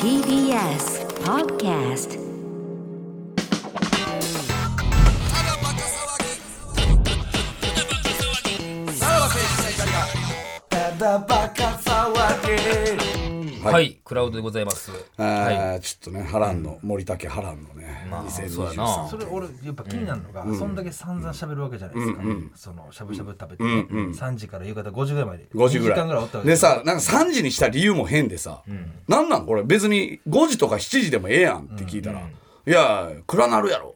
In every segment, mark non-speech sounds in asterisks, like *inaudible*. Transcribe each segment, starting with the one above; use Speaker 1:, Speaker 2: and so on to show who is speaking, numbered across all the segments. Speaker 1: TBS Podcast
Speaker 2: はい、
Speaker 3: はい、クラウドでございます。
Speaker 2: あーちょっとね波乱の、森竹波乱のね、
Speaker 3: まあそうやな
Speaker 2: 2023
Speaker 4: それ俺やっぱ気になるのが、そんだけ散々喋るわけじゃないですか、そのしゃぶしゃぶ食べて、ね3時から夕方5時ぐらいまで
Speaker 2: 5時ぐ
Speaker 4: 2間ぐらい
Speaker 2: ら
Speaker 4: おったわ
Speaker 2: い
Speaker 4: けで
Speaker 2: です
Speaker 4: よ
Speaker 2: さなんか3時にした理由も変でさ、なんなんこれ別に5時とか7時でもええやんって聞いたら、いや暗なるやろ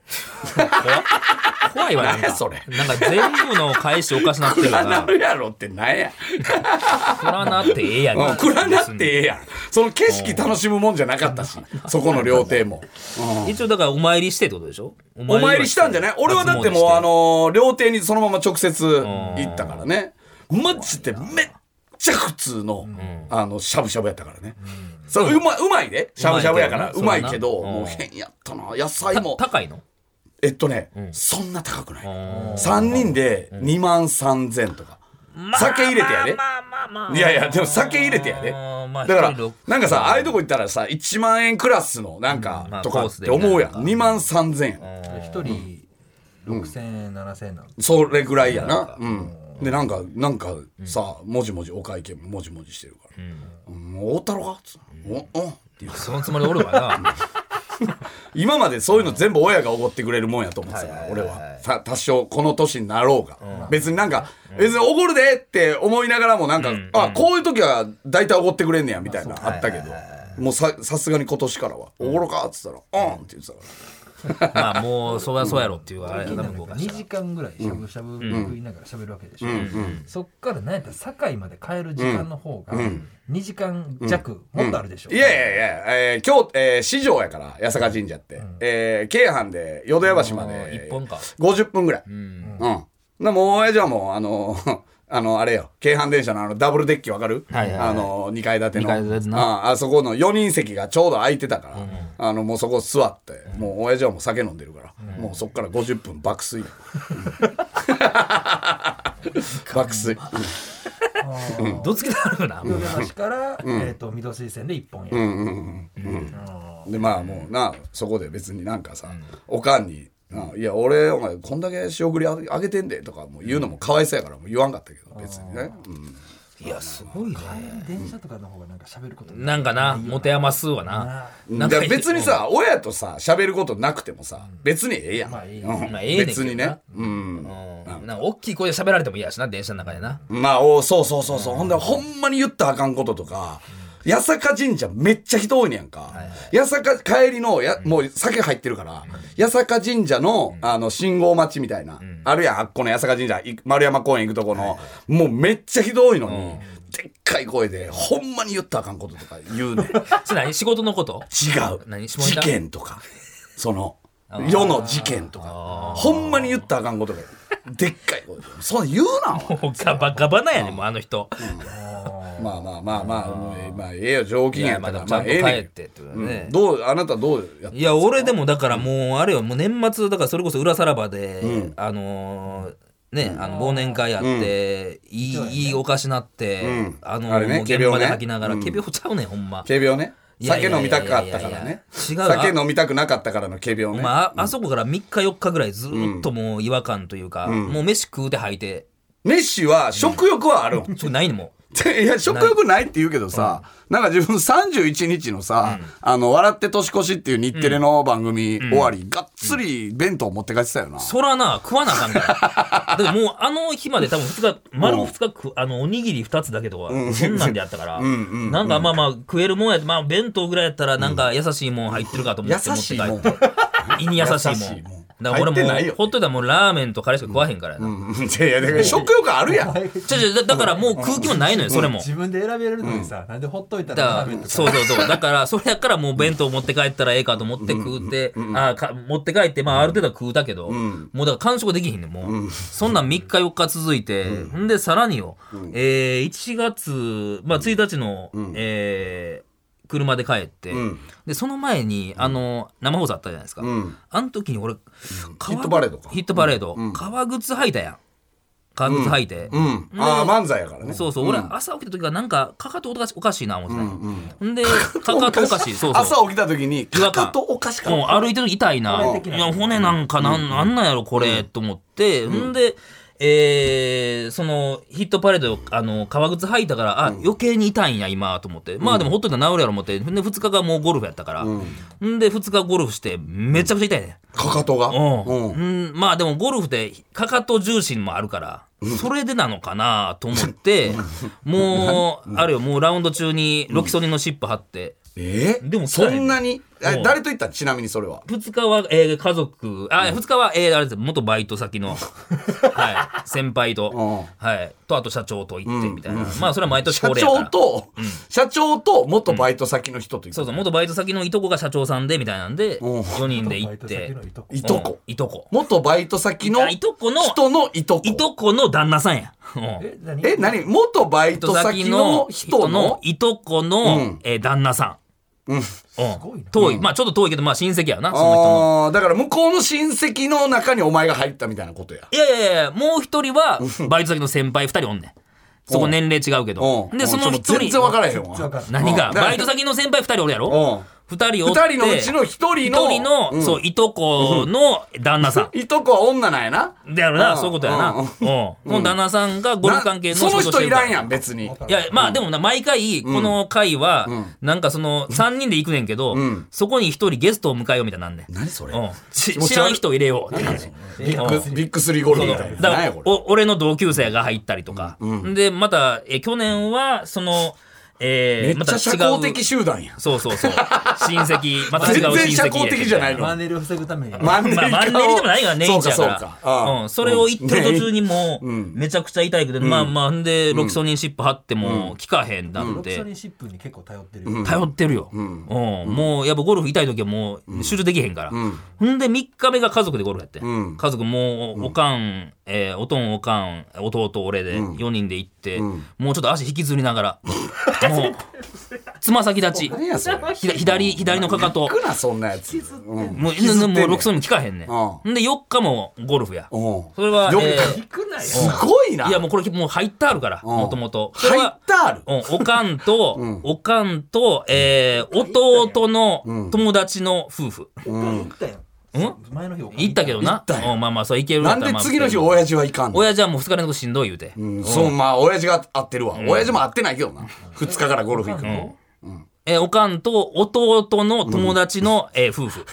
Speaker 3: 怖いわ、なんか。
Speaker 2: 何やそれ
Speaker 3: なんか全部の返しおかしなってるか
Speaker 2: *laughs* 暗な
Speaker 3: ら、
Speaker 2: るやろってなんや、
Speaker 3: 振らなってええやん
Speaker 2: う
Speaker 3: か。
Speaker 2: ん、暗なってええやんその景色楽しむもんじゃなかったしそこの料亭も、
Speaker 3: 一応だからお参りしてってことでしょお
Speaker 2: お参りしたんじゃない俺はだってもう、あ、のー料亭にそのまま直接行ったからね。マジでめっちゃ普通の、あの、しゃぶしゃぶやったからね。そう、うまい、うまいで。しゃぶしゃぶやから。う
Speaker 3: う
Speaker 2: ま
Speaker 3: ま
Speaker 2: い
Speaker 3: い
Speaker 2: け
Speaker 3: けど
Speaker 2: ど、
Speaker 3: な
Speaker 2: もう変やったな。野菜
Speaker 3: た
Speaker 2: も。
Speaker 3: 高いの
Speaker 2: えっとね、そんな高くない。
Speaker 3: ん
Speaker 2: 3人で2万3000とか。酒入れてやで。
Speaker 3: まあまあまあ。
Speaker 2: いやいや、でも酒入れてやで。
Speaker 3: あーまあ
Speaker 2: だから
Speaker 3: 一人六、
Speaker 2: なんかさ、ああいうとこ行ったらさ、1万円クラスの、なん
Speaker 3: うんま
Speaker 2: か
Speaker 3: あ、
Speaker 2: とか
Speaker 3: コー
Speaker 2: っ
Speaker 3: スで
Speaker 2: て思うやん。
Speaker 3: なんか
Speaker 2: 2万3000円。
Speaker 4: 1人6000円、7000円なの
Speaker 2: それぐらいやな。うん。で、なんか、なんかさ、もじもじお会計ももじもじしてるから。うん。もう太田郎かつってお、おんって言う
Speaker 3: そのつもりおるわな。 *laughs*
Speaker 2: 今までそういうの全部親がおごってくれるもんやと思ってたから、俺は。た多少この年になろうが。別になんか、別におごるでって思いながらも、なんか、あ、こういう時は大体おごってくれんねや、みたいな、あったけど。もうさ、さすがに今年からは、おごるかっつったら、うんって言ってたから。
Speaker 3: まあもう、そうやそうやろっていうあれやな、向こうからし
Speaker 4: 2
Speaker 3: たら
Speaker 4: 時間ぐらいしゃぶしゃぶ食いながら喋るわけでしょ、そっから何やったら堺まで帰る時間の方が2時間弱もっとあるでしょ、
Speaker 2: いやいやいや、えー、京、えー、市場やから、八坂神社って。えー、京阪で、淀屋橋ま
Speaker 3: あー
Speaker 2: で。
Speaker 3: 一本か
Speaker 2: 50分ぐらい。うん。なもう、親父はもう、あの *laughs* ーあの、あれよ、京阪電車のあの、ダブルデッキわかる、
Speaker 3: はいはいはい
Speaker 2: あのー、2階建ての。
Speaker 3: 二階建てな
Speaker 2: あーあそこの4人席がちょうど空いてたから、あの、もうそこ座って、もう、親父はもう酒飲んでるから、もうそっから50分爆
Speaker 3: *laughs*
Speaker 2: 睡。うん *laughs* 爆睡。
Speaker 3: どつきだろうな。
Speaker 4: 淀橋から、えー、と御堂水線で1本や、
Speaker 2: でまあもうなそこで別になんかさ、おかんにな「いや俺お前こんだけ仕送りあげあげてんで」とかもう言うのもかわいそうやからもう言わんかったけど別にね、うん
Speaker 3: いや、すごいね。
Speaker 4: 電車とかの方がなんか喋ることない
Speaker 3: なんかな、持て余すわな。なん
Speaker 2: だ
Speaker 3: か
Speaker 2: から別に、さ親とさ喋ることなくてもさ別にええやん、
Speaker 4: あいい
Speaker 2: うん
Speaker 3: まあええねんけど
Speaker 2: 別
Speaker 3: な
Speaker 2: にね、うん
Speaker 3: うんなんか大きい声で喋られても嫌やしな、電車の中でな。
Speaker 2: まあおそうそうそうそう、ほんでほんまに言ったらあかんこととか、八坂神社めっちゃ人多いねやんか、八坂帰りのやもう酒入ってるから、八坂神社の,、あの信号待ちみたいな、あるやんあっこの八坂神社い丸山公園行くとこの、もうめっちゃ人多いのに、でっかい声でほんまに言ったらあかんこととか言う *laughs* ねん違う
Speaker 3: それ何仕事のこと何下ネ
Speaker 2: 事
Speaker 3: タ
Speaker 2: 件とかその世の事件とかほんまに言ったらあかんことがでっかい声でそんなん言うなお前
Speaker 3: もうガバガバなんやねんもうあの人。
Speaker 2: まあまあまあまあ、もうええまあ、ええよ、上機
Speaker 3: い
Speaker 2: 嫌
Speaker 3: や、
Speaker 2: やから
Speaker 3: まだ
Speaker 2: ま
Speaker 3: ちゃ
Speaker 2: あ、
Speaker 3: んと
Speaker 2: ええ
Speaker 3: 帰
Speaker 2: ねん
Speaker 3: っ
Speaker 2: け
Speaker 3: てってこと
Speaker 2: ど。
Speaker 3: ね
Speaker 2: うん。どう、あなたどうやっ
Speaker 3: いや、俺でもだからもう、あれよ、もう年末、だからそれこそ裏さらばで、あのー、ね、あの忘年会やって、いい、いいお菓子なって
Speaker 2: ん、
Speaker 3: あの
Speaker 2: あれ
Speaker 3: ー、
Speaker 2: ね
Speaker 3: もう
Speaker 2: 仮
Speaker 3: 現
Speaker 2: 病ね
Speaker 3: 場で吐きながら、ケビオちゃうねん、ほんま。
Speaker 2: 仮病ね。
Speaker 3: いやい
Speaker 2: 酒
Speaker 3: やいや
Speaker 2: 飲
Speaker 3: い
Speaker 2: み
Speaker 3: や
Speaker 2: たかったからね。
Speaker 3: 違う
Speaker 2: 酒飲みたくなかったからの仮病ね。
Speaker 3: まあ、ああそこから3日4日ぐらいずーっともう違和感というか、もう飯食うて吐いて、
Speaker 2: メッシは食欲はあるん。
Speaker 3: ちょ、ないねんもう。
Speaker 2: いや、食欲ないって言うけどさ、なんか自分31日のさ、あの、笑って年越しっていう日テレの番組終わり、がっつり弁当持って帰ってたよな。
Speaker 3: そらな、食わなあかんから。 *laughs* だってもうあの日まで多分2日、丸2日食う、あの、おにぎり2つだけとか、そんなんでやったから、なんかまあまあ食えるもんや、まあ弁当ぐらいやったらなんか優しいもん入ってるかと思って持って帰っ
Speaker 2: 優
Speaker 3: て。
Speaker 2: しいもん
Speaker 3: 胃に優しい
Speaker 2: 優
Speaker 3: も
Speaker 2: しい
Speaker 3: ん。
Speaker 2: もん
Speaker 3: だから俺
Speaker 2: 入ってない
Speaker 3: も
Speaker 2: よ
Speaker 3: う、ほっといたらもうラーメンとカレーしか食わへんからやな。
Speaker 2: うんいや、だから食欲あるやん。
Speaker 3: ちょちょ、だだからもう空気もないのよ、それも。
Speaker 4: 自分で選べるのにさ、なんでほっといたら
Speaker 3: だ
Speaker 4: ラーメンとか
Speaker 3: そうそうそう。だから、それやからもう弁当持って帰ったらええかと思って食うて、あか持って帰って、まあある程度は食うたけど、もうだから完食できひんねん、もう。そんなん3日4日続いて、ほんでさらによ、えー1月、まあ1日の、えー車で帰って、で、その前に、あの、生放送あったじゃないですか。あの時に俺、ヒ
Speaker 2: ヒットパレードか
Speaker 3: ヒットパレード、革靴履いたやん。革靴履いて、
Speaker 2: うん。ああ、漫才やからね。
Speaker 3: そうそう、俺朝起きた時はなんかかかとおかしおかしいな思ってたんよ、んでかかとおかしいそうそう
Speaker 2: 朝起きた時に、
Speaker 3: 違
Speaker 2: か
Speaker 3: 和感
Speaker 2: かとおかしか
Speaker 3: も
Speaker 2: っ
Speaker 3: う歩いてる時痛いな。
Speaker 4: 骨的ない
Speaker 3: や、骨なんかなん、なんなんやろ、これ、と思って。んで、えーその、ヒットパレード、あの、革靴履いたから、あ、余計に痛いんや、今、と思って。まあでも、ほっといたら治るやろ、思って。んで、2日がもうゴルフやったから。んで、2日ゴルフして、めちゃくちゃ痛いね。
Speaker 2: た。かかとが。
Speaker 3: うん。
Speaker 2: うん。
Speaker 3: うんまあでも、ゴルフで、かかと重心もあるから、それでなのかなと思って、もう、あるよ、もうラウンド中にロキソニンのシップ貼って、
Speaker 2: え
Speaker 3: でも
Speaker 2: そんなに
Speaker 3: ん
Speaker 2: え誰と言ったんちなみにそれは。
Speaker 3: 二日は、えー家族、あ、二日は、えーあれです、元バイト先
Speaker 2: *laughs*
Speaker 3: の、はい、先輩と、はい、と、あと社長と行って、みたいな。まあ、それは毎年
Speaker 2: 社
Speaker 3: 恒例やか
Speaker 2: 長
Speaker 3: ら。
Speaker 2: と、社長と元バイト先の人と行
Speaker 3: そう
Speaker 2: く。
Speaker 3: そう、元バイト先のいとこが社長さんで、みたいなんで、
Speaker 2: おう
Speaker 3: 4人で行っ
Speaker 4: バイト先
Speaker 3: て
Speaker 4: の、いとこ
Speaker 2: いとこ。
Speaker 3: うんいとこ。
Speaker 2: 元バイト先の
Speaker 3: あいとこの
Speaker 2: 人のいとこ。
Speaker 3: いとこの旦那さんや。うん
Speaker 4: え、何
Speaker 2: え、何元バイト先の人の
Speaker 3: いとこの、
Speaker 2: うん
Speaker 3: えー旦那さん。
Speaker 2: うん
Speaker 3: うん
Speaker 4: ごいな
Speaker 3: 遠い。まあ、ちょっと遠いけど、まあ、親戚やな、その人の。
Speaker 2: ああー、だから向こうの親戚の中にお前が入ったみたいなことや。
Speaker 3: いやいやいや、もう一人は、バイト先の先輩二人おんねん。そこ年齢違うけど
Speaker 2: う。ん。
Speaker 3: で、
Speaker 2: うん
Speaker 3: その
Speaker 2: ちょ
Speaker 3: 一
Speaker 2: っと全然
Speaker 3: 人
Speaker 2: 分、からへんわ。
Speaker 4: わかんない
Speaker 3: 何が、
Speaker 2: うん
Speaker 3: バイト先の先輩二人おるやろ
Speaker 2: うん。
Speaker 3: 二人おって。
Speaker 2: 二人のうちの一人の。
Speaker 3: 一人の、
Speaker 2: うん
Speaker 3: そう、いとこの旦那さ
Speaker 2: いとこは女なんやな。
Speaker 3: ん。だよ
Speaker 2: う
Speaker 3: な、
Speaker 2: ん
Speaker 3: そういうことやな。
Speaker 2: う
Speaker 3: うんん。この旦那さんがゴルフ関係の仕
Speaker 2: なそ
Speaker 3: 事
Speaker 2: の
Speaker 3: して
Speaker 2: 人
Speaker 3: る
Speaker 2: い
Speaker 3: から
Speaker 2: んやん、別に。
Speaker 3: いや、まあでもな、毎回、この回は、なんかその、三人で行くねんけど、
Speaker 2: ん
Speaker 3: そこに一人ゲストを迎えようみたいになんねん。
Speaker 2: 何それ
Speaker 3: うん。し
Speaker 2: 気持ち悪い
Speaker 3: 知らん人を入れようって感じ。
Speaker 2: ビッグ、ビッグスリーゴルフみたいな。
Speaker 3: だ
Speaker 2: 何
Speaker 3: か
Speaker 2: や
Speaker 3: ら
Speaker 2: これ。
Speaker 3: お俺の同級生が入ったりとか、でまたえ去年はその、
Speaker 2: め
Speaker 3: えー
Speaker 2: っ
Speaker 3: ま
Speaker 2: ち
Speaker 3: た
Speaker 2: ゃ社
Speaker 3: 違
Speaker 2: 交
Speaker 3: う
Speaker 2: 的集団やん。
Speaker 3: そうそうそう親
Speaker 2: *laughs*
Speaker 3: 戚また違う
Speaker 2: 全
Speaker 3: 親戚
Speaker 2: 然社交的じゃないの
Speaker 4: マンネリを防ぐために。
Speaker 2: マンネリ
Speaker 3: まあ、マンネリでもないからね、
Speaker 2: そう
Speaker 3: 一
Speaker 2: か、
Speaker 3: や
Speaker 2: そう
Speaker 3: か
Speaker 2: か。
Speaker 3: ら。うん、それを言ってる途中にもう、
Speaker 2: ん
Speaker 3: めちゃくちゃ痛いくて、まあまあ、んで、ロキソニンシップ貼っても、効かへんな
Speaker 4: ロ
Speaker 3: ん
Speaker 4: クソ
Speaker 3: て
Speaker 4: ニ、ンシップに結構頼ってるよ。
Speaker 3: 頼ってるよ。うん、もう、やっぱゴルフ痛い時はもう、集中できへんから。ほんで、3日目が家族でゴルフやって。
Speaker 2: ん
Speaker 3: 家族もう、おかん、えーおとん、おかん、弟、俺で、4人で行って、もうちょっと足引きずり
Speaker 2: *laughs*
Speaker 3: ながら、もう、つま先立ち、
Speaker 2: 何やそれ。
Speaker 3: ひだ左、左のかかと
Speaker 2: 行、くな、そんなやつ。うん
Speaker 3: もう、
Speaker 2: 引きずってんね
Speaker 3: も
Speaker 2: ん
Speaker 3: う、ロキソニン効かへんねん。ほ
Speaker 2: うん
Speaker 3: で、4日もゴルフや。
Speaker 2: うん
Speaker 3: それは、
Speaker 2: よく
Speaker 3: え
Speaker 4: 行くなよ。
Speaker 2: すごいな。
Speaker 3: ーいや、もうこれ、もう入ってあるから、
Speaker 2: ん
Speaker 3: もともと。そ
Speaker 2: 入
Speaker 3: れは
Speaker 2: ったある。
Speaker 3: うん、おかんと、おかんと、えー、弟の友達の夫婦。
Speaker 4: 行ったよ。
Speaker 3: うん
Speaker 4: 前の日お金
Speaker 3: 行ったけどな。
Speaker 2: たよ
Speaker 3: うんまあまあ、そう、行けるんだ
Speaker 2: な
Speaker 3: っ
Speaker 2: ん
Speaker 3: たら
Speaker 2: で
Speaker 3: まあ
Speaker 2: 次の日、親父はいかんの
Speaker 3: 親父はもう二日連続しんどい言うて。
Speaker 2: うんそう、まあ、親父が合ってるわ。親父も合ってないけどな。二日からゴルフ行くの。
Speaker 3: えー、おかんと弟の友達の、えー夫婦。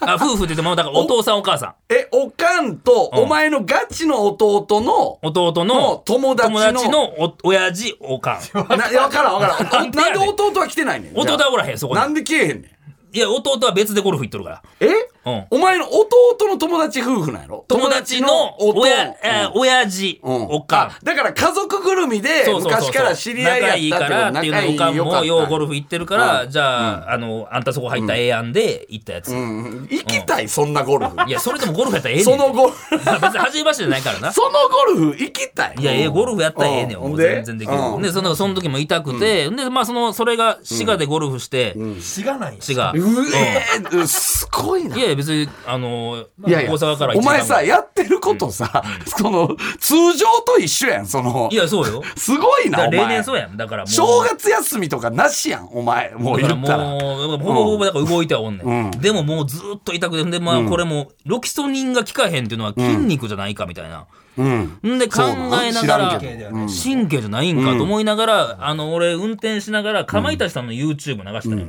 Speaker 3: あ、夫婦って言っても、だからお父さんお母さん。
Speaker 2: え、おかんと、お前のガチの弟の、
Speaker 3: 弟
Speaker 2: の
Speaker 3: の
Speaker 2: 友達の
Speaker 3: 友達のお親父、
Speaker 2: *laughs*
Speaker 3: おかん。
Speaker 2: な、いやわからんわから
Speaker 3: *laughs*
Speaker 2: ん。おなんで弟は来てないねん。
Speaker 3: 弟はおらへん、そこに
Speaker 2: なんで来えへんねん。
Speaker 3: いや、弟は別でゴルフ行っとるか
Speaker 2: え
Speaker 3: ら。うん。
Speaker 2: お前の弟の友達夫婦なんやろ
Speaker 3: 友達の親、えー
Speaker 2: うん
Speaker 3: 親父、
Speaker 2: うん
Speaker 3: おかん
Speaker 2: あ。だから家族ぐるみで
Speaker 3: そうそうそう
Speaker 2: 昔
Speaker 3: そう
Speaker 2: から知り合いやった
Speaker 3: 仲いいからっていうのでおかんもようゴル
Speaker 2: フ
Speaker 3: フ行ってるから、
Speaker 2: うん
Speaker 3: じゃあ、あのあんたそこ入ったらええやんで行ったやつ、
Speaker 2: 行きたいそんなゴルフ
Speaker 3: いやそれでもゴルフやったらええねん
Speaker 2: そのゴルフ
Speaker 3: *laughs* 別に走り走りじゃないからな
Speaker 2: そのゴルフ行きたい
Speaker 3: いやええゴルフやったらええねん
Speaker 2: うんほ
Speaker 3: も
Speaker 2: ん
Speaker 3: う
Speaker 2: で
Speaker 3: 全然できる、
Speaker 2: うん
Speaker 3: でそのその時も痛くて、でまあそのそれが滋賀でゴルフして、
Speaker 4: しがないよ。
Speaker 3: 滋賀、
Speaker 2: うえーすごいない
Speaker 3: やいや別にあの
Speaker 2: いやいや、
Speaker 3: 大阪から
Speaker 2: お前
Speaker 3: 一時
Speaker 2: さ、
Speaker 3: 間ぐらい
Speaker 2: やってることさ、その、通常と一緒やん、その
Speaker 3: い、やそうよ
Speaker 2: すご *laughs* い
Speaker 3: だか
Speaker 2: な、お
Speaker 3: ら例
Speaker 2: 前
Speaker 3: 年。そうやんだからもう
Speaker 2: 正月休みとかなしやん、お前。もう
Speaker 3: だ
Speaker 2: 言
Speaker 3: から
Speaker 2: ったら。
Speaker 3: もう、ほぼほぼだから動いてはおんねん。でももうずっと痛くて、で、まあこれも、ロキソニンが効かへんっていうのは筋肉じゃないかみたいな。
Speaker 2: うん。
Speaker 3: んで考えな
Speaker 2: そう
Speaker 3: が
Speaker 2: なの知ら
Speaker 3: ら
Speaker 2: んけ
Speaker 4: どう
Speaker 3: 神経じゃないんかと思いながらあの俺運転しながらかまいたちさんの YouTube 流したのよ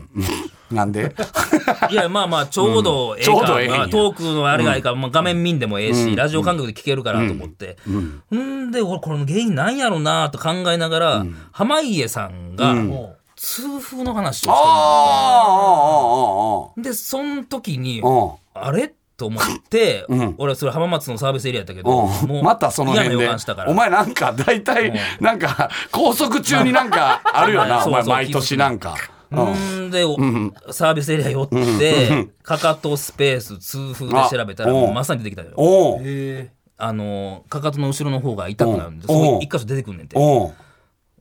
Speaker 2: なんで
Speaker 3: *laughs* いやまあまあちょうどええ
Speaker 2: ちょう
Speaker 3: か
Speaker 2: どええんや
Speaker 3: まあトークのあれがええからまあ画面見んでもええしラジオ感覚で聞けるからと思ってんで俺これの原因なんやろうなと考えながら濱家さんが
Speaker 4: も
Speaker 3: 痛風の話をしてる
Speaker 2: ああ、あ
Speaker 3: の
Speaker 2: あ、ああ、あ
Speaker 3: でその時に
Speaker 2: うん
Speaker 3: あれと思って、俺はそれ浜松のサービスエリアやったけど、
Speaker 2: あうん。またその辺
Speaker 3: 嫌な
Speaker 2: で
Speaker 3: 予感したか。ら
Speaker 2: お前なんか、大体、なんか、拘束中になん
Speaker 3: *laughs*
Speaker 2: か、あるよな、
Speaker 3: そ
Speaker 2: お
Speaker 3: うそう
Speaker 2: 前、毎年なんか。うん
Speaker 3: うんで、おサービスエリア寄って、かかとスペース痛風で調べたら、
Speaker 2: あ
Speaker 3: も
Speaker 2: お
Speaker 3: う
Speaker 2: う
Speaker 3: まさに出てきたのよ。
Speaker 2: おう
Speaker 4: う。へ
Speaker 3: あの、かかとの後ろの方が痛くなるんで、
Speaker 2: お
Speaker 3: そこ
Speaker 2: お
Speaker 3: に一箇所出てくんねんて。
Speaker 2: おう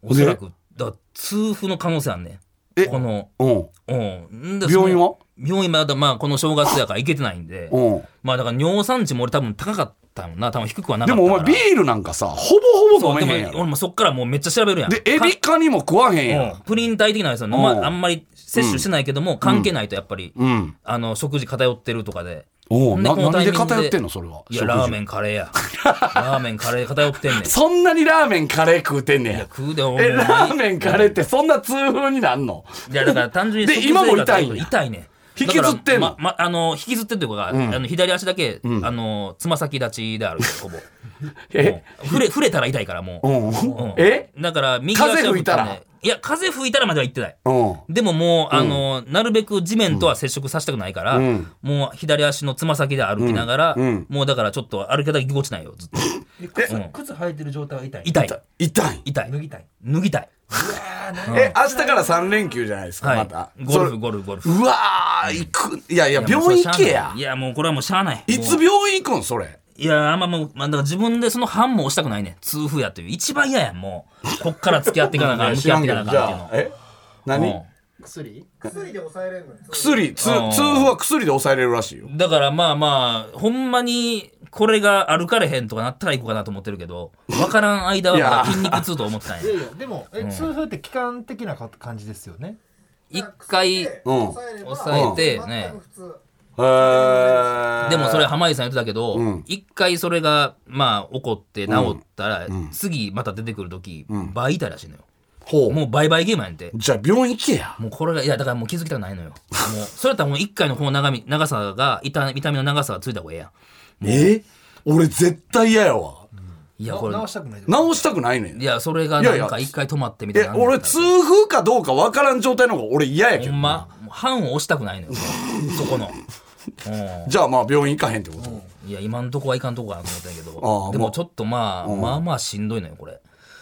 Speaker 3: おそらく、だから痛風の可能性あんねん。この、
Speaker 2: おう
Speaker 3: うん。んで
Speaker 2: 病院は
Speaker 3: 病院まだまあこの正月やから行けてないんで、
Speaker 2: うん
Speaker 3: まあだから尿酸値も俺多分高かったもんな、多分低くはなか
Speaker 2: で
Speaker 3: ったか
Speaker 2: も
Speaker 3: ら。
Speaker 2: お前ビールなんかさほぼほぼ飲めへん
Speaker 3: で
Speaker 2: や
Speaker 3: も
Speaker 2: ろ
Speaker 3: 俺もそっからもうめっちゃ調べるやん。
Speaker 2: でエビカニも食わへんや
Speaker 3: うん
Speaker 2: ん
Speaker 3: プリン体的なやつは飲
Speaker 2: う
Speaker 3: ま
Speaker 2: ん
Speaker 3: あんまり摂取してないけども関係ないとやっぱり、
Speaker 2: うん
Speaker 3: あの食事偏ってるとかで。
Speaker 2: おうな
Speaker 3: ほんこのタ
Speaker 2: なん
Speaker 3: イミ
Speaker 2: で
Speaker 3: ング
Speaker 2: 偏ってんのそれはい
Speaker 3: やラーメ
Speaker 2: ン
Speaker 3: ンカレ
Speaker 2: *laughs*
Speaker 3: ーや。ラーメンカレー偏ってんねん。い
Speaker 2: そんなにラーメンカレー食うてんね
Speaker 3: や
Speaker 2: や
Speaker 3: 食うでお前
Speaker 2: えラーメンカレーってそんな痛風になんの
Speaker 3: いやだから単純に
Speaker 2: で
Speaker 3: 食生
Speaker 2: 今も痛いん
Speaker 3: 活
Speaker 2: や
Speaker 3: 痛いね
Speaker 2: 引きずってんの
Speaker 3: だからままあの引きずってというか、あの左足だけ、あのつま先立ちであるほぼも
Speaker 2: *laughs* え
Speaker 3: う触れ触れたら痛いからもう、
Speaker 2: うん
Speaker 3: うん
Speaker 2: え
Speaker 3: だから右
Speaker 2: 風
Speaker 3: 足は
Speaker 2: 吹いたら
Speaker 3: 振ってねいや風吹いたらまでは行ってない
Speaker 2: うん
Speaker 3: でももう、あのなるべく地面とは接触させたくないから、
Speaker 2: ん
Speaker 3: もう左足のつま先で歩きながら、
Speaker 2: うんうん
Speaker 3: もうだからちょっと歩き方ぎこちないよずっと
Speaker 4: え靴
Speaker 3: うん
Speaker 4: 靴履いてる状態は痛い
Speaker 3: 痛い
Speaker 2: 痛い
Speaker 3: 痛い
Speaker 4: 脱ぎたい
Speaker 3: 脱ぎたい、
Speaker 2: え明日から3連休じゃないですか
Speaker 3: は
Speaker 2: ま
Speaker 3: い
Speaker 2: た、
Speaker 3: ゴ
Speaker 2: そ
Speaker 3: ルフ
Speaker 2: れ
Speaker 3: ゴルフゴルフ
Speaker 2: うわー行くいやいや
Speaker 3: いやもう
Speaker 2: 病院行
Speaker 3: それ
Speaker 2: け
Speaker 3: しゃあ
Speaker 2: や
Speaker 3: ないいやもうこれはもうしゃあない
Speaker 2: いつ
Speaker 3: もう
Speaker 2: 病院行くんそれ
Speaker 3: いやあんまもう、まあ、だから自分でその反も押したくないねん痛風やという一番嫌やんもうこっから付き合っていかなあ
Speaker 2: *laughs*
Speaker 3: かん
Speaker 2: 知
Speaker 3: 向き合
Speaker 2: ら
Speaker 3: っ
Speaker 2: ん
Speaker 3: てい
Speaker 2: け
Speaker 3: か
Speaker 2: ど
Speaker 3: なあ
Speaker 2: じ
Speaker 3: かん
Speaker 2: ゃあ
Speaker 3: って
Speaker 2: え
Speaker 3: いう
Speaker 2: 何
Speaker 3: の
Speaker 1: 薬薬で抑えれんのよ
Speaker 2: 薬つ痛
Speaker 3: うん
Speaker 2: 風は薬で抑えれるらしいよ
Speaker 3: うんだからまあまあほんまにこれが歩かれへんとかなったら行こうかなと思ってるけど分からん間はまだ筋肉痛と思ってない
Speaker 1: いやいやでも
Speaker 4: え痛風って期間的なか感じですよね
Speaker 3: 一回
Speaker 2: うん
Speaker 1: 抑えれば
Speaker 3: 抑えてね
Speaker 1: 全く普通
Speaker 2: へー
Speaker 3: でもそれ濱家さん言ってたけど
Speaker 2: ん
Speaker 3: 一、回それがまあ起こって治ったら、次また出てくる時、倍痛いらしいのよ
Speaker 2: ほう
Speaker 3: もう倍々ゲームやねんて
Speaker 2: じゃあ病院行けや
Speaker 3: もうこれがいやだからもう気づきたくないのよもうそれやったらもう一回のこの長み長さが痛痛みの長さがついた方がええや
Speaker 2: え俺絶対嫌やわ
Speaker 3: んいや
Speaker 4: な
Speaker 3: これ
Speaker 4: 直したくない
Speaker 2: 治したくないのよ
Speaker 3: いやそれが
Speaker 2: いやい
Speaker 3: な
Speaker 2: や
Speaker 3: んか一回止まってみたい
Speaker 2: え
Speaker 3: な
Speaker 2: 俺痛風かどうか分からん状態の方が俺嫌やけ
Speaker 3: ほ
Speaker 2: ど
Speaker 3: んまもう判を押したくないのよもうそこのう
Speaker 2: じゃあまあ病院行かへんってこと
Speaker 3: んいや今んとこはいかんとこかなと思ったんやけ
Speaker 2: あ
Speaker 3: ど
Speaker 2: あ
Speaker 3: で
Speaker 2: ま
Speaker 3: も
Speaker 2: あ
Speaker 3: ちょっとまあまあまあしんどいのよこれ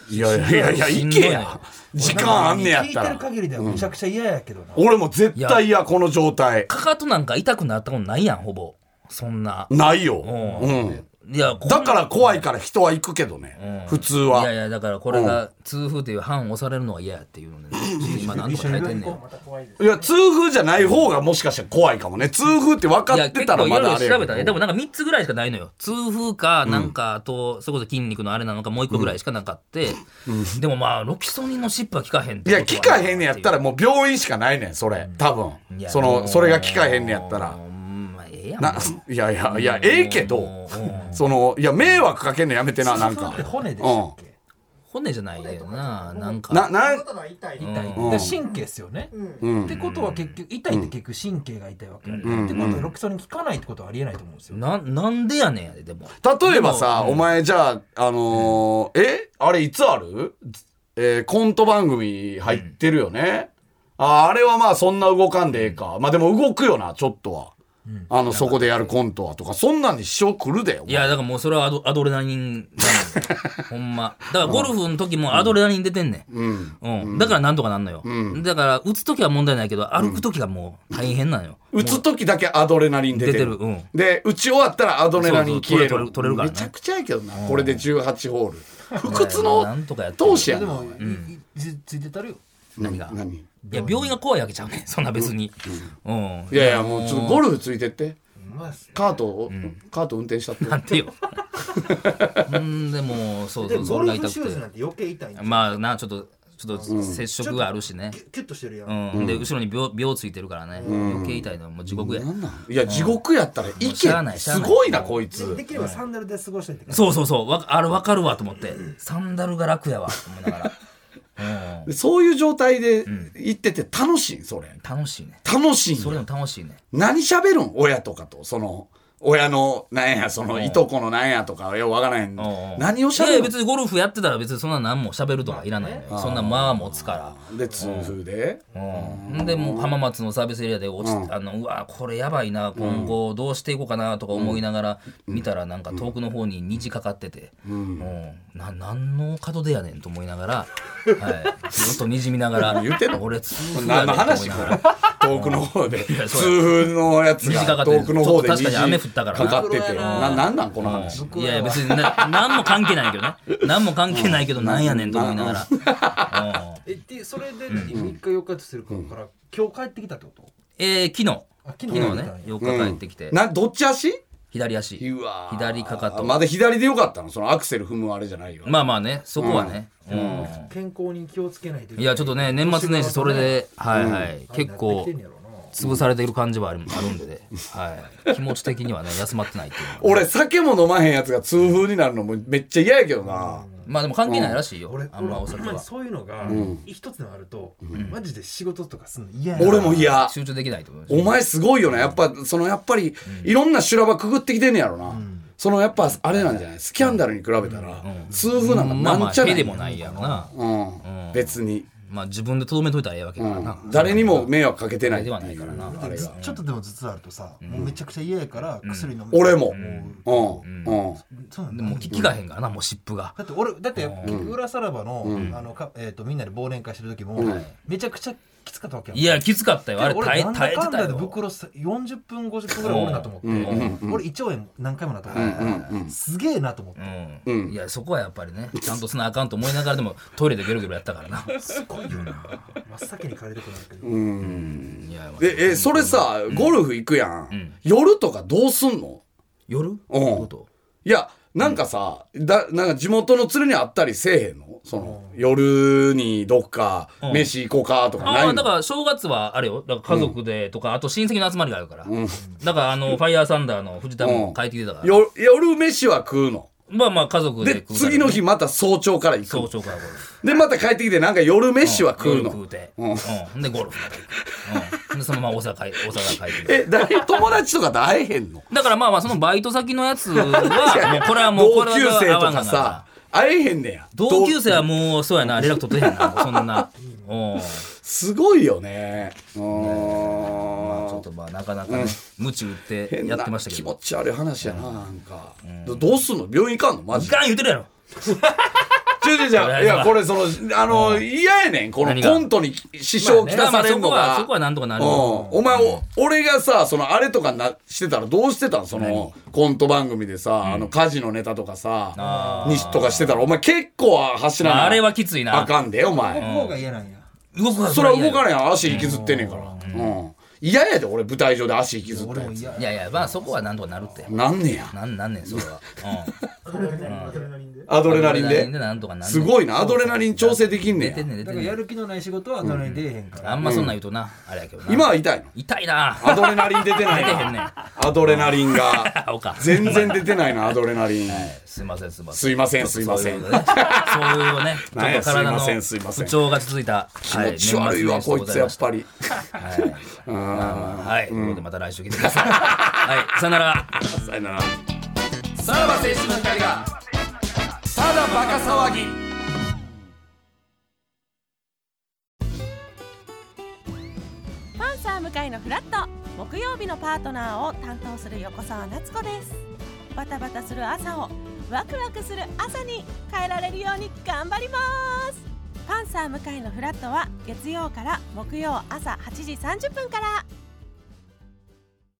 Speaker 2: いやいやいやいや
Speaker 3: しん
Speaker 2: 行
Speaker 3: どい
Speaker 2: け
Speaker 3: ね
Speaker 2: や時間あんねやっ
Speaker 4: 聞い
Speaker 2: た
Speaker 4: てる
Speaker 2: ら
Speaker 4: 限りではめちゃくちゃ嫌やけどな、
Speaker 2: 俺も絶対嫌この状態
Speaker 3: かかとなんか痛くなったことないやんほぼそんな
Speaker 2: ないよ
Speaker 3: ん
Speaker 2: うん
Speaker 3: いやこん
Speaker 2: だから怖いから人は行くけどね
Speaker 3: うん
Speaker 2: 普通
Speaker 3: いやい
Speaker 2: は
Speaker 3: やだからこれが痛風という判を押されるのは嫌やっていうので今なんとか耐えてんねん
Speaker 2: いや痛風じゃない方がもしかしたら怖いかもね痛風って分か
Speaker 3: いや
Speaker 2: って
Speaker 3: 結
Speaker 2: たら
Speaker 3: 構い
Speaker 2: ま
Speaker 3: ろ
Speaker 2: だ
Speaker 3: いろ
Speaker 2: あれ
Speaker 3: 調べたねで
Speaker 2: や
Speaker 3: もなんか3つぐらいしかないのよ痛風かなんかあとそれこそ筋肉のあれなのかもう1個ぐらいしかなかって、でもまあロキソニンのシップは効かへん
Speaker 2: い
Speaker 3: ってこと
Speaker 2: や
Speaker 3: は
Speaker 2: 聞かへんねやったらもう病院しかないねんそれ多
Speaker 3: い
Speaker 2: 分
Speaker 3: や
Speaker 2: そ
Speaker 3: も
Speaker 2: の
Speaker 3: う
Speaker 2: それが聞かへんねやったら
Speaker 3: うんまあええやん
Speaker 2: な *laughs*
Speaker 3: もう
Speaker 2: いやいやいやええけ
Speaker 3: うん
Speaker 2: どそのいや迷惑かけんのやめてななん
Speaker 4: 痛風
Speaker 2: か
Speaker 4: って骨でしたっけ、
Speaker 3: 骨じゃないよななんか
Speaker 2: なな
Speaker 1: ただ痛い
Speaker 3: ん
Speaker 4: 痛い、
Speaker 2: うん
Speaker 4: で神経っすよね、
Speaker 2: うん
Speaker 4: ってことは結局痛いって結局神経が痛いわけや、
Speaker 2: ん
Speaker 4: ってことはロキソニン効かないってことはありえないと思うんですよ、
Speaker 3: ななんでやねんやででも
Speaker 2: 例えばさ、
Speaker 3: でも
Speaker 2: お前じゃあ、あのーえあれいつあるえーコント番組入ってるよね、ああれはまあそんな動かんでええか。まあでも動くよな、ちょっとは。あの、そこでやるコントはとか、そんなんに支障来るで、お前
Speaker 3: いやだからもうそれはアドアドレナリンだね
Speaker 2: *laughs*
Speaker 3: ほんまだからゴルフの時もアドレナリン出てんねん、
Speaker 2: うん。
Speaker 3: うん、だからなんとかなんのよ、だから打つ時は問題ないけど歩く時がもう大変なのよ、
Speaker 2: 打つ時だけアドレナリン出てる。
Speaker 3: 出てるうん
Speaker 2: で、打ち終わったらアドレナリン消える。
Speaker 3: そうそう取れる取れるからね
Speaker 2: めちゃくちゃやけどな、これで18ホール。不屈
Speaker 3: いやなんとかや
Speaker 2: の
Speaker 3: って
Speaker 2: 投手や
Speaker 4: で
Speaker 2: な
Speaker 4: も、。いいつついてたるよ
Speaker 3: 何が
Speaker 2: 何
Speaker 3: いや病院が怖いわけちゃうねんそんな別にうん、
Speaker 2: いやいや、もうちょっとゴルフついてって。
Speaker 4: まあ
Speaker 2: カートを、カート運転した
Speaker 3: *laughs*
Speaker 2: って。
Speaker 3: なんてようんでもそう
Speaker 1: で
Speaker 3: そう
Speaker 1: も
Speaker 3: そ
Speaker 1: ゴ
Speaker 3: れ
Speaker 1: ル
Speaker 3: が
Speaker 1: フシ
Speaker 3: 痛
Speaker 1: ュー
Speaker 3: く
Speaker 1: ズ
Speaker 3: て
Speaker 1: なんて余計痛いんだよ
Speaker 3: まあなちょっとちょっと接触があるしね、
Speaker 1: キュッとしてるやん
Speaker 3: うんで後ろに秒秒ついてるからね、余計痛いのはもう地獄や、
Speaker 2: なんなんいや、地獄やったら行
Speaker 3: し
Speaker 2: け
Speaker 3: ゃあないしゃあ
Speaker 2: す
Speaker 3: ない
Speaker 2: ごいな、こい
Speaker 1: でで
Speaker 2: つ。
Speaker 1: きればサンダルで過ごしてて
Speaker 3: そうそうそうわかあれ分かるわと思ってサンダルが楽やわと思いながら、うん、
Speaker 2: そういう状態で行ってて楽しいんそれ。
Speaker 3: 楽しいね
Speaker 2: 楽しいん
Speaker 3: それ
Speaker 2: よ
Speaker 3: も楽しいね
Speaker 2: 何喋るん親とかと。その、親の、なんや、その、いとこのなんやとか、ようわからへん。
Speaker 3: うんうん
Speaker 2: 何を
Speaker 3: いやい
Speaker 2: 喋
Speaker 3: や
Speaker 2: る
Speaker 3: 別にゴルフやってたら別にそんな何も喋るとかいらないのよ、そんなまあ持つか
Speaker 2: んで、痛風で。
Speaker 3: ら、うん、でもう浜松のサービスエリアで落ち、あのうわこれやばいな今後どうしていこうかなとか思いながら見たらなんか遠くの方に虹かかってて、うんな何の門出やねんと思いながら、はい、ずっと滲みなが *laughs* ら
Speaker 2: 言ってんの
Speaker 3: 俺痛風やね
Speaker 2: 何
Speaker 3: ん
Speaker 2: の
Speaker 3: と
Speaker 2: 話
Speaker 3: 思い
Speaker 2: こ
Speaker 3: なが
Speaker 2: れ
Speaker 3: ら。
Speaker 2: 遠くの方で。
Speaker 3: や
Speaker 2: 痛
Speaker 3: そうや
Speaker 2: 風のやつ
Speaker 3: 虹かか
Speaker 2: が
Speaker 3: ってる
Speaker 2: 遠くの方で
Speaker 3: ちょっと確かに雨降ったからな
Speaker 2: かかってて。な、なんなんこの話。
Speaker 3: いやいや別にな何も関係ないけどね何も関係ないけどなんやねんと思いながら、うん
Speaker 4: えでそれで何3日4日とするから今日帰ってきたってこと
Speaker 3: えー昨日
Speaker 4: あ昨
Speaker 3: 昨日ね
Speaker 4: 見たんや
Speaker 3: 8日帰ってきて、
Speaker 2: などっち足
Speaker 3: 左足
Speaker 2: うわー
Speaker 3: 左かかと
Speaker 2: まだ左でよかったのそのアクセル踏むあれじゃないよ
Speaker 3: まあまあねそこはね、うん
Speaker 1: 健康に気をつけないといけない
Speaker 3: やちょっとね年末年始それで、はいはい、
Speaker 1: あ
Speaker 3: 結構
Speaker 1: なってきてんやろな
Speaker 3: 潰されている感じはあるあるんで、はい、気持ち的にはね休まってないっていうのは
Speaker 2: 俺酒も飲まへんやつが痛風になるのもめっちゃ嫌やけどな、
Speaker 3: まあでも関係ないらしいよ、
Speaker 1: 俺
Speaker 3: あんまお
Speaker 1: 俺ほ
Speaker 3: 酒
Speaker 1: んまに
Speaker 3: は
Speaker 1: そういうのが一つのあるとマジで仕事とかすんの嫌やな
Speaker 2: 俺も嫌
Speaker 3: 集中できないと思います
Speaker 2: お前すごいよなやっぱそのやっぱりいろんな修羅場くぐってきてんねやろな、そのやっぱあれなんじゃないスキャンダルに比べたら痛風なんか
Speaker 3: まあま
Speaker 2: なん
Speaker 3: あ
Speaker 2: ちゃ
Speaker 3: 屁
Speaker 2: ない
Speaker 3: でもないやろな、
Speaker 2: うん別に、
Speaker 3: まあ自分でとどめといたらええわけだからな、
Speaker 2: 誰にも迷惑かけてないって
Speaker 3: で
Speaker 2: いう
Speaker 3: はないからな
Speaker 2: あれが
Speaker 4: ちょっとでも頭痛あるとさ、もうめちゃくちゃ嫌やから薬飲む、
Speaker 2: 俺もうんうん、
Speaker 4: そうなん
Speaker 3: で
Speaker 4: だ
Speaker 3: も聞きがへんからなもう湿布が
Speaker 4: だって俺だって裏さらばの,、あのかえー、とみんなで忘年会してる時も、めちゃくちゃきつかったわけやん
Speaker 3: いやきつかったよあれ
Speaker 4: 俺
Speaker 3: 耐え
Speaker 4: なんだ
Speaker 3: 耐え
Speaker 4: か
Speaker 3: て
Speaker 4: ん
Speaker 3: た
Speaker 4: だで
Speaker 3: よ
Speaker 4: 袋さ40分50分ぐらいおるなと思って、俺胃腸炎何回もなと思って、すげえなと思って、
Speaker 3: うんいやそこはやっぱりねちゃんとすなあかんと思いながらでもトイレでゲロゲロやったからな
Speaker 1: すごいよな真っ先に帰りたくなるけど
Speaker 3: いやまあ
Speaker 2: でえそれさゴルフ行くやん、夜とかどうすんの
Speaker 3: 夜ど
Speaker 2: う
Speaker 3: うんいうこと
Speaker 2: いやなんかさ、だなんか地元の連れに会ったりせえへんのその、夜にどっか飯行こうかとかない
Speaker 3: あ
Speaker 2: の、
Speaker 3: あだから正月はあれよだから家族でとか、あと親戚の集まりがあるから、だからあのファイヤーサンダーの藤田も帰ってきてたから、
Speaker 2: よ夜飯は食うの
Speaker 3: まあまあ家族で
Speaker 2: で
Speaker 3: 食うたり
Speaker 2: 次の日また早朝から行く
Speaker 3: 早朝からゴルフ
Speaker 2: でまた帰ってきてなんか夜飯は食う
Speaker 3: 夜
Speaker 2: の、
Speaker 3: 食うて、うんでゴルフまで行く、うん、でそのまま大阪へ大阪へ帰ってくる
Speaker 2: え誰 *laughs* 友達とかと会えへんの
Speaker 3: だからまあまあそのバイト先のやつ
Speaker 2: *laughs*
Speaker 3: はもうこれはもう
Speaker 2: 同
Speaker 3: これ
Speaker 2: 級
Speaker 3: は
Speaker 2: 生
Speaker 3: 合わ
Speaker 2: と
Speaker 3: んが
Speaker 2: か
Speaker 3: な
Speaker 2: さ会えへんねや
Speaker 3: 同級生
Speaker 2: 同
Speaker 3: はもうそうやな連絡取ってへんなそんなお
Speaker 2: すごいよねう
Speaker 3: まあち
Speaker 2: ー
Speaker 3: ょ
Speaker 2: ん
Speaker 3: っとまあなかなかね無知打って
Speaker 2: 変
Speaker 3: や
Speaker 2: な
Speaker 3: ってましたけ
Speaker 2: 気持
Speaker 3: ど
Speaker 2: ち悪い話やななんか、どどうすんの病院行かんのマ
Speaker 3: い
Speaker 2: ジで
Speaker 3: かん言うてるやろ
Speaker 2: ちょいちょいちょいいやこれそのあの嫌やねんこの
Speaker 3: 何が
Speaker 2: コントに支障をき
Speaker 3: ま
Speaker 2: た
Speaker 3: あま
Speaker 2: さ
Speaker 3: あ
Speaker 2: れる
Speaker 3: そ
Speaker 2: の
Speaker 3: こはそ
Speaker 2: が
Speaker 3: こはなんとかなる
Speaker 2: うんお前、お俺がさそのあれとかなしてたらどうしてたんそのコント番組でさ、あの火事のネタとかさにとかしてたらお前結構走ら
Speaker 3: ま
Speaker 2: ない
Speaker 3: ああれはきついな
Speaker 2: あかんでお
Speaker 4: 僕
Speaker 2: 前
Speaker 4: の方が嫌なんや、
Speaker 3: 動く
Speaker 2: それは動か
Speaker 3: い
Speaker 2: ないやん足引きずってんねんからうん嫌やで俺舞台上で足引きずった
Speaker 4: 俺
Speaker 2: や
Speaker 4: も
Speaker 2: つ
Speaker 4: 嫌や
Speaker 3: いやいやまあそこはなんとかなるって
Speaker 2: なんねや
Speaker 3: なんなんねんそれは
Speaker 2: アドレナリン
Speaker 3: アドレナ
Speaker 2: で
Speaker 3: リンでなんとかなんねん
Speaker 2: すごいなアドレナリン調整できんね
Speaker 3: 出
Speaker 2: や
Speaker 3: てんねん出て
Speaker 4: だか
Speaker 3: ん
Speaker 4: ら
Speaker 3: ね
Speaker 4: や
Speaker 3: ん
Speaker 4: る気のない仕事はドレに出えへんから、
Speaker 3: あんまそんなん言うとなあれやけどな
Speaker 2: 今は痛いの
Speaker 3: 痛いな
Speaker 2: アドレナリン出てない
Speaker 3: *laughs* 出てへんねん
Speaker 2: なアドレナリンが
Speaker 3: 青か
Speaker 2: *laughs* 全然出てないなアドレナリン
Speaker 3: すいませんすいません
Speaker 2: すいませんすいません
Speaker 3: そういうことねそういうね、
Speaker 2: *laughs*
Speaker 3: ちょ
Speaker 2: なん
Speaker 3: っと
Speaker 2: や
Speaker 3: 体の
Speaker 2: すいませんすいません
Speaker 3: 不調が続いた。
Speaker 2: 気持ち悪いわこいつやっぱり
Speaker 3: り。はい、ということでまた来週来てください。はい、さよなら。
Speaker 2: さよなら
Speaker 3: さらば青春の光が。
Speaker 2: ただバカ騒ぎ
Speaker 5: パンサー向井のフラット木曜日のパートナーを担当する横澤夏子ですバタバタする朝をワクワクする朝に変えられるように頑張りますパンサー向井のフラットは月曜から木曜朝8時30分から